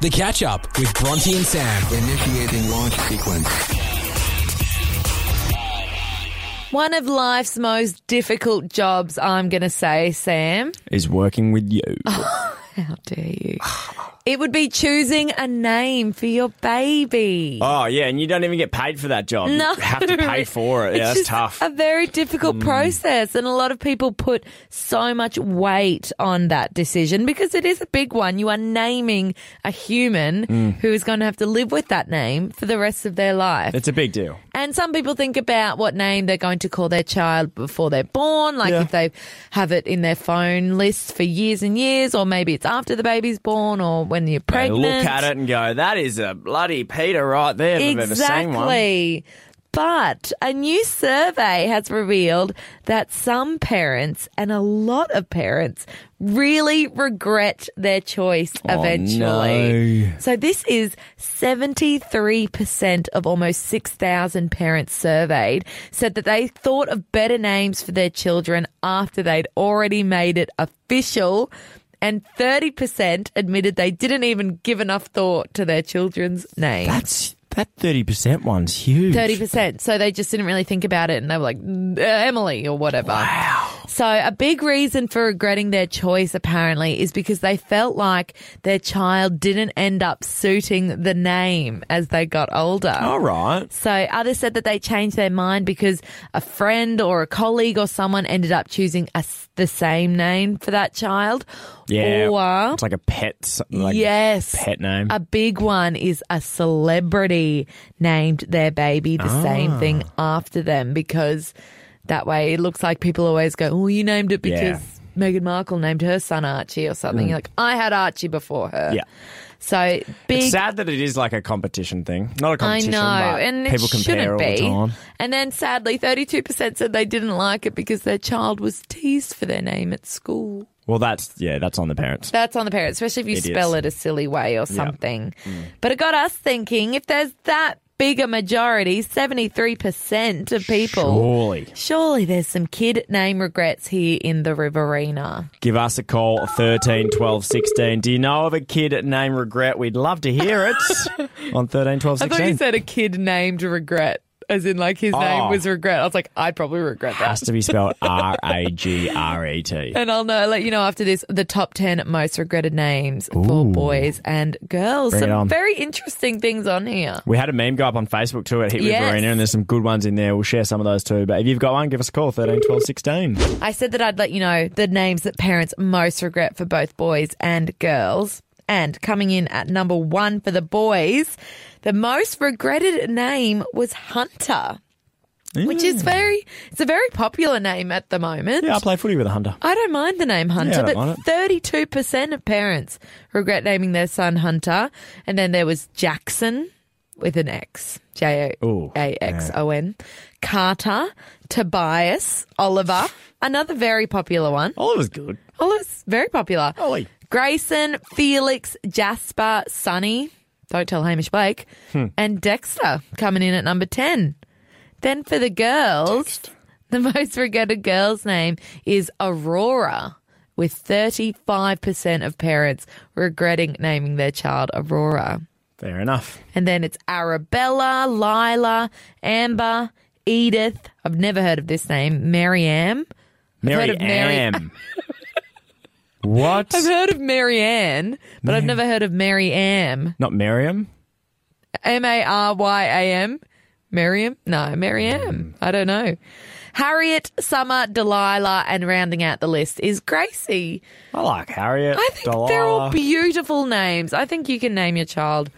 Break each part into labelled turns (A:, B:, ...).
A: The Catch Up with Bronte and Sam.
B: Initiating launch sequence.
C: One of life's most difficult jobs, I'm going to say, Sam.
D: is working with you.
C: How dare you? It would be choosing a name for your baby.
D: Oh yeah, and you don't even get paid for that job.
C: No.
D: You have to pay for it.
C: It's
D: Yeah, that's
C: just
D: tough. Mm.
C: A very difficult process, and a lot of people put so much weight on that decision because it is a big one. You are naming a human
D: Mm.
C: who is going to have to live with that name for the rest of their life.
D: It's a big deal.
C: And some people think about what name they're going to call their child before they're born, like
D: Yeah.
C: if they have it in their phone list for years and years, or maybe it's after the baby's born or when you're
D: They
C: pregnant.
D: look at it and go, "That is a bloody Peter right there." If I've ever seen one.
C: Exactly. But a new survey has revealed that some parents and a lot of parents really regret their choice
D: Oh,
C: eventually.
D: no.
C: So this is 73% of almost 6,000 parents surveyed said that they thought of better names for their children after they'd already made it official. And 30% admitted they didn't even give enough thought to their children's names.
D: That's that thirty percent one's huge.
C: Thirty percent. So they just didn't really think about it, and they were like "Uh, Emily or whatever. Wow. So a big reason for regretting their choice apparently is because they felt like their child didn't end up suiting the name as they got older.
D: All right.
C: So others said that they changed their mind because a friend or a colleague or someone ended up choosing a s the same name for that child.
D: Yeah.
C: Or
D: It's like a pet. something Like
C: yes,
D: Pet name.
C: a big one is a celebrity named their baby the
D: Ah.
C: same thing after them because that way it looks like people always go, "Oh, you named it because
D: Yeah. Mm.
C: Meghan Markle named her son Archie or something." You're like, "I had Archie before her."
D: yeah.
C: So
D: It's
C: big.
D: sad that it is like a competition thing, not a
C: I
D: competition.
C: know,
D: but
C: and it
D: people compare all
C: shouldn't be.
D: the time.
C: And then, sadly, thirty-two percent said they didn't like it because their child was teased for their name at school.
D: Well, that's yeah, that's on the parents.
C: That's on the parent, especially if you
D: It is. Mm.
C: spell it a silly way or something. But it got us thinking if there's that big a majority, 73% of people,
D: Surely.
C: surely there's some kid name regrets here in the Riverina.
D: Give us a call, 13 12 16. Do you know of a kid named Regret? We'd love to hear it on 13 12 16.
C: said a kid named regret, as in like his
D: name was
C: regret. I was like, I'd probably regret
D: has to be spelled R A G R E T.
C: And I'll know, let you know after this the top 10 most regretted names for boys and girls.
D: Bring it
C: some
D: on.
C: very interesting things on here.
D: We had a meme go up on Facebook too at Hit with
C: Yes.
D: Verena, and there's some good ones in there. We'll share some of those too. But if you've got one, give us a call, 13 12 16.
C: I said that I'd let you know the names that parents most regret for both boys and girls. And coming in at number one for the boys, the most regretted name was Hunter, which is very, it's a very popular name at the moment.
D: Yeah, I play footy with a hunter.
C: I don't mind the name Hunter,
D: Yeah, I don't
C: but thirty-two percent of parents regret naming their son Hunter. And then there was Jackson with an X, J
D: Ooh,
C: O A X O N, Carter, Tobias, Oliver, another very popular one.
D: Oliver's good.
C: Oliver's Oh, very popular.
D: Ollie.
C: Grayson, Felix, Jasper, Sonny. Don't tell Hamish Blake. And Dexter coming in at number 10. Then for the girls, the most regretted girl's name is Aurora, with 35% of parents regretting naming their child Aurora.
D: Fair enough.
C: And then it's Arabella, Lila, Amber, Edith. I've never heard of this name. Maryam. heard
D: Mary
C: of Mary-
D: Am. what?
C: I've heard of Mary Ann, but I've never heard of Mary Am.
D: Not Miriam?
C: M A R Y A M. Miriam? No, Mary
D: Mm.
C: Am. I don't know. Harriet, Summer, Delilah, and rounding out the list is Gracie.
D: I like Harriet.
C: I think they're all
D: Delilah.
C: beautiful names. I think you can name your child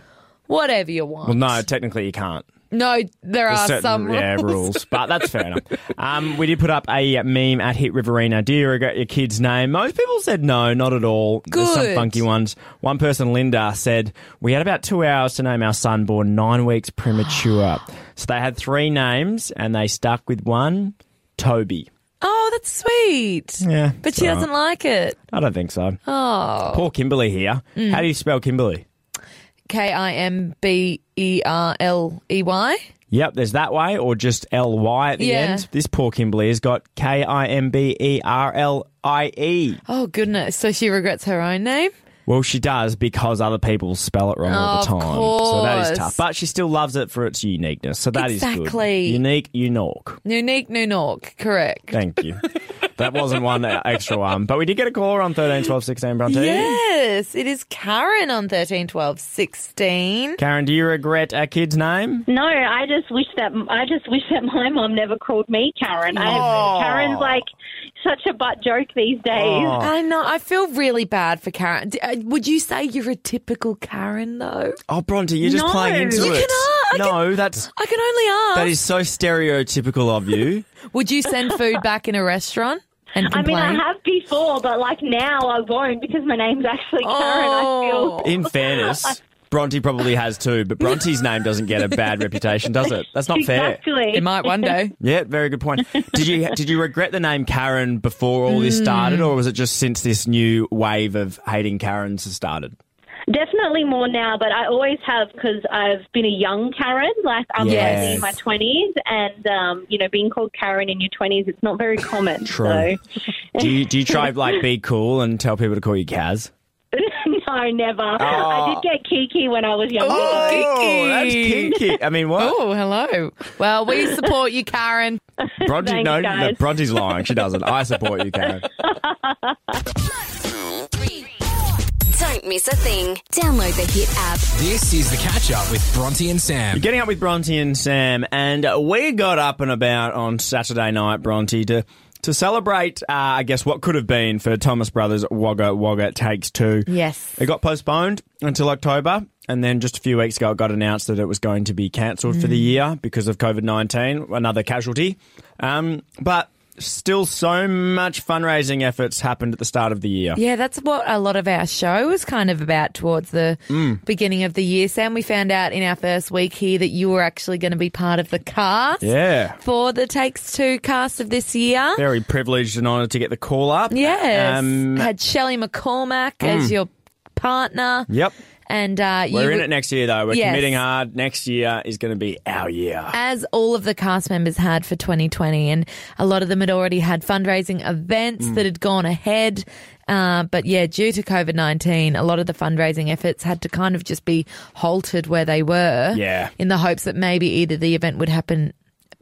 C: whatever you want.
D: Well, no, technically you can't.
C: No, there
D: There's
C: are
D: certain,
C: some
D: yeah,
C: rules.
D: rules, but that's fair enough. Um, we did put up a meme at Hit Riverina. Do you regret your kid's name? Most people said no, not at all. There's some
C: Good.
D: funky ones. One person, Linda, said we had about two hours to name our son, born nine weeks premature. so they had three names, and they stuck with one, Toby.
C: Oh, that's sweet.
D: Yeah,
C: But
D: it's
C: she
D: all
C: doesn't like it.
D: I don't think so. Oh, poor Kimberly here.
C: Mm.
D: How do you spell Kimberly?
C: K I M B E R L E Y.
D: Yep, there's that way, or just L Y at the
C: Yeah.
D: end. This poor Kimberly has got K I M B E R L E. I E.
C: Oh, goodness. So she regrets her own name?
D: Well, she does because other people spell it wrong all the
C: Of
D: time. So that is
C: course.
D: tough. But she still loves it for its uniqueness. So that is
C: Exactly.
D: good. Unique, unique.
C: Unique New Nork, correct.
D: Thank you. that wasn't one extra one. But we did get a caller on 13, 12, 16, Bronte.
C: Yes, it is Karen on 13, 12, 16.
D: Karen, do you regret our kid's name?
E: No, I just wish that I just wish that my mom never called me Karen.
D: Oh.
E: I, Karen's like such a butt joke these days.
D: Oh.
C: I know. I feel really bad for Karen. D- uh, Would you say you're a typical Karen, though?
D: Oh, Bronte, you're just
E: No.
D: playing into
E: You
D: it.
C: cannot. I
D: no, that's
C: I can only ask.
D: that is so stereotypical of you.
C: Would you send food back in a restaurant and
E: I mean,
C: complain?
E: I have before, but like now I won't because my name's actually Karen. I
C: Oh.
E: feel
D: In fairness, Bronte probably has too, but Bronte's name doesn't get a bad reputation, does it? That's not fair.
E: exactly.
C: It might one day.
D: Yeah, very good point. Did you did you regret the name Karen before all this started, or was it just since this new wave of hating Karens has started?
E: Definitely more now, but I always have because I've been a young Karen. Like I'm
D: Yes.
E: only in my twenties, and um, you know, being called Karen in your twenties, it's not very common.
D: True.
E: So.
D: Do you do you try like be cool and tell people to call you Kaz?
E: no, never. I did get Kiki when I was younger.
D: Oh, that's kinky. I mean, what?
C: Oh, hello. Well, we support you, Karen.
D: Bronte?
E: Thanks,
D: no, no,
E: guys.
D: Bronte's lying. She doesn't. I support you, Karen.
F: Don't miss a thing. Download the Hit app.
A: This is the catch up with Bronte and Sam.
D: Getting up with Bronte and Sam, and we got up and about on Saturday night, Bronte, to to celebrate. Uh, I guess what could have been for Thomas Brothers Wagga Wagga Takes Two.
C: Yes.
D: it got postponed until October, and then just a few weeks ago, it got announced that it was going to be cancelled for
C: Mm.
D: the year because of COVID nineteen, another casualty. Um, but still, so much fundraising efforts happened at the start of the year.
C: Yeah, that's what a lot of our show was kind of about towards the
D: Mm.
C: beginning of the year. Sam, we found out in our first week here that you were actually going to be part of the cast
D: Yeah.
C: for the Takes Two cast of this year.
D: Very privileged and honoured to get the call up.
C: Yes.
D: Um,
C: Had Shelley McCormack as your partner.
D: yep.
C: And uh, you
D: We're in
C: were-
D: it next year, though. We're
C: Yes.
D: committing hard. Next year is going to be our year.
C: as all of the cast members had for 2020, and a lot of them had already had fundraising events
D: Mm.
C: that had gone ahead. Uh, but yeah, due to COVID 19, a lot of the fundraising efforts had to kind of just be halted where they were.
D: Yeah.
C: In the hopes that maybe either the event would happen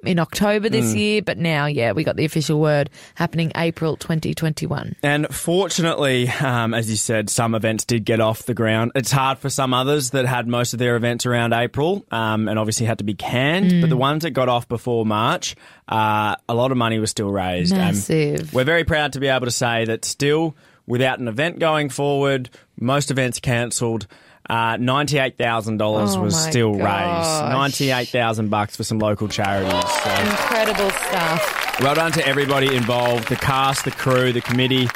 C: in October this
D: Mm.
C: year, but now, yeah, we got the official word happening April 2021.
D: And fortunately, um, as you said, some events did get off the ground. It's hard for some others that had most of their events around April um, and obviously had to be canned.
C: Mm.
D: But the ones that got off before March, uh, a lot of money was still raised. Um,
C: Massive.
D: we're very proud to be able to say that still, without an event going forward, most events cancelled. Uh, ninety-eight thousand dollars
C: Oh
D: was
C: my
D: still raised.
C: gosh.
D: Ninety-eight thousand bucks for some local charities. So.
C: Incredible stuff.
D: Well done to everybody involved the cast, the crew, the committee,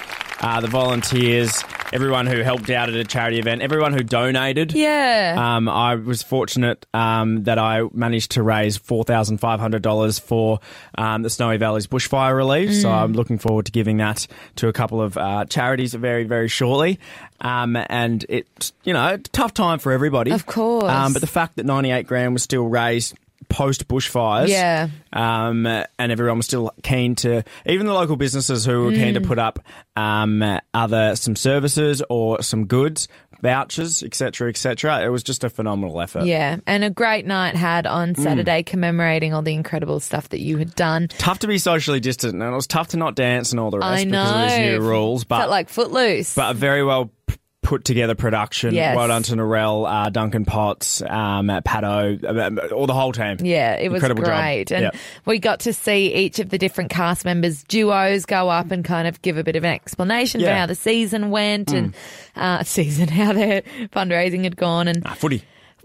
D: uh, the volunteers, everyone who helped out at a charity event, everyone who donated.
C: Yeah.
D: Um, I was fortunate um, that I managed to raise four thousand five hundred dollars for um, the Snowy Valley's bushfire relief. So
C: Mm.
D: I'm looking forward to giving that to a couple of uh, charities very very shortly. Um, and it's you know a tough time for everybody,
C: Of course.
D: Um, but the fact that ninety eight grand was still raised post bushfires,
C: Yeah.
D: um, and everyone was still keen to, even the local businesses who were
C: Mm.
D: keen to put up um, other some services or some goods, vouchers, etc., etc. It was just a phenomenal effort.
C: yeah, and a great night had on
D: Mm.
C: Saturday commemorating all the incredible stuff that you had done.
D: Tough to be socially distant, and it was tough to not dance and all the rest
C: I know.
D: because of these new rules. But
C: Felt like footloose.
D: but a very well p- put together production.
C: Yes.
D: Well done to Narelle, uh, Duncan Potts, um, Pato, um, all the whole team.
C: yeah, it was
D: Incredible job.
C: great. And
D: Yeah.
C: we got to see each of the different cast members' duos go up and kind of give a bit of an explanation for
D: Yeah. Mm.
C: how the season went and uh, season, how their fundraising had gone. And
D: Ah, footy.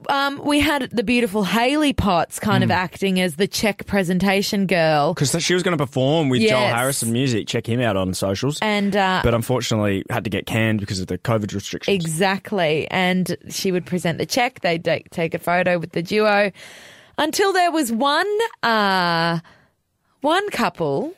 C: um, we had the beautiful Haley Potts kind
D: Mm.
C: of acting as the Czech presentation girl.
D: Because she was going to perform with Joel
C: Yes.
D: Harrison music. Check him out on socials.
C: And uh,
D: but unfortunately had to get canned because of the COVID restrictions.
C: Exactly. And she would present the check. They'd take, take a photo with the duo until there was one, uh, one couple.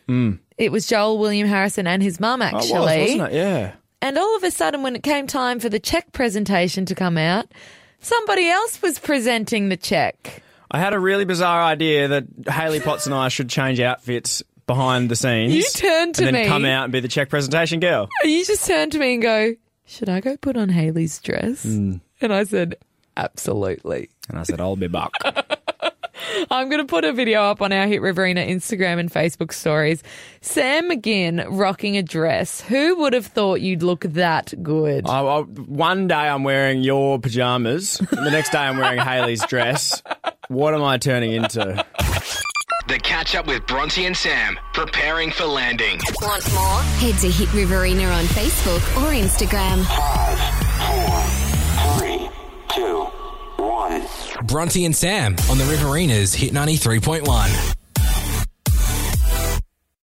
C: It was Joel William Harrison and his mum,
D: Mm. Oh, it was,
C: actually.
D: wasn't it? Yeah.
C: And all of a sudden, when it came time for the check presentation to come out, somebody else was presenting the check.
D: I had a really bizarre idea that Haley Potts and I should change outfits behind the scenes.
C: You turned to
D: and then
C: me.
D: come out and be the check presentation girl.
C: You just turned to me and go, should I go put on Haley's dress?
D: Mm.
C: And I said, absolutely.
D: And I said, I'll be back.
C: I'm going to put a video up on our Hit Riverina Instagram and Facebook stories. Sam McGinn rocking a dress. Who would have thought you'd look that good?
D: I, I, one day I'm wearing your pajamas, and the next day I'm wearing Haley's dress. What am I turning into?
A: The catch up with Bronte and Sam, preparing for landing.
F: Want more? Head to Hit Riverina on Facebook or Instagram.
B: Five, four, three, two, one.
A: Bronte and Sam on the Riverinas Hit 93.1.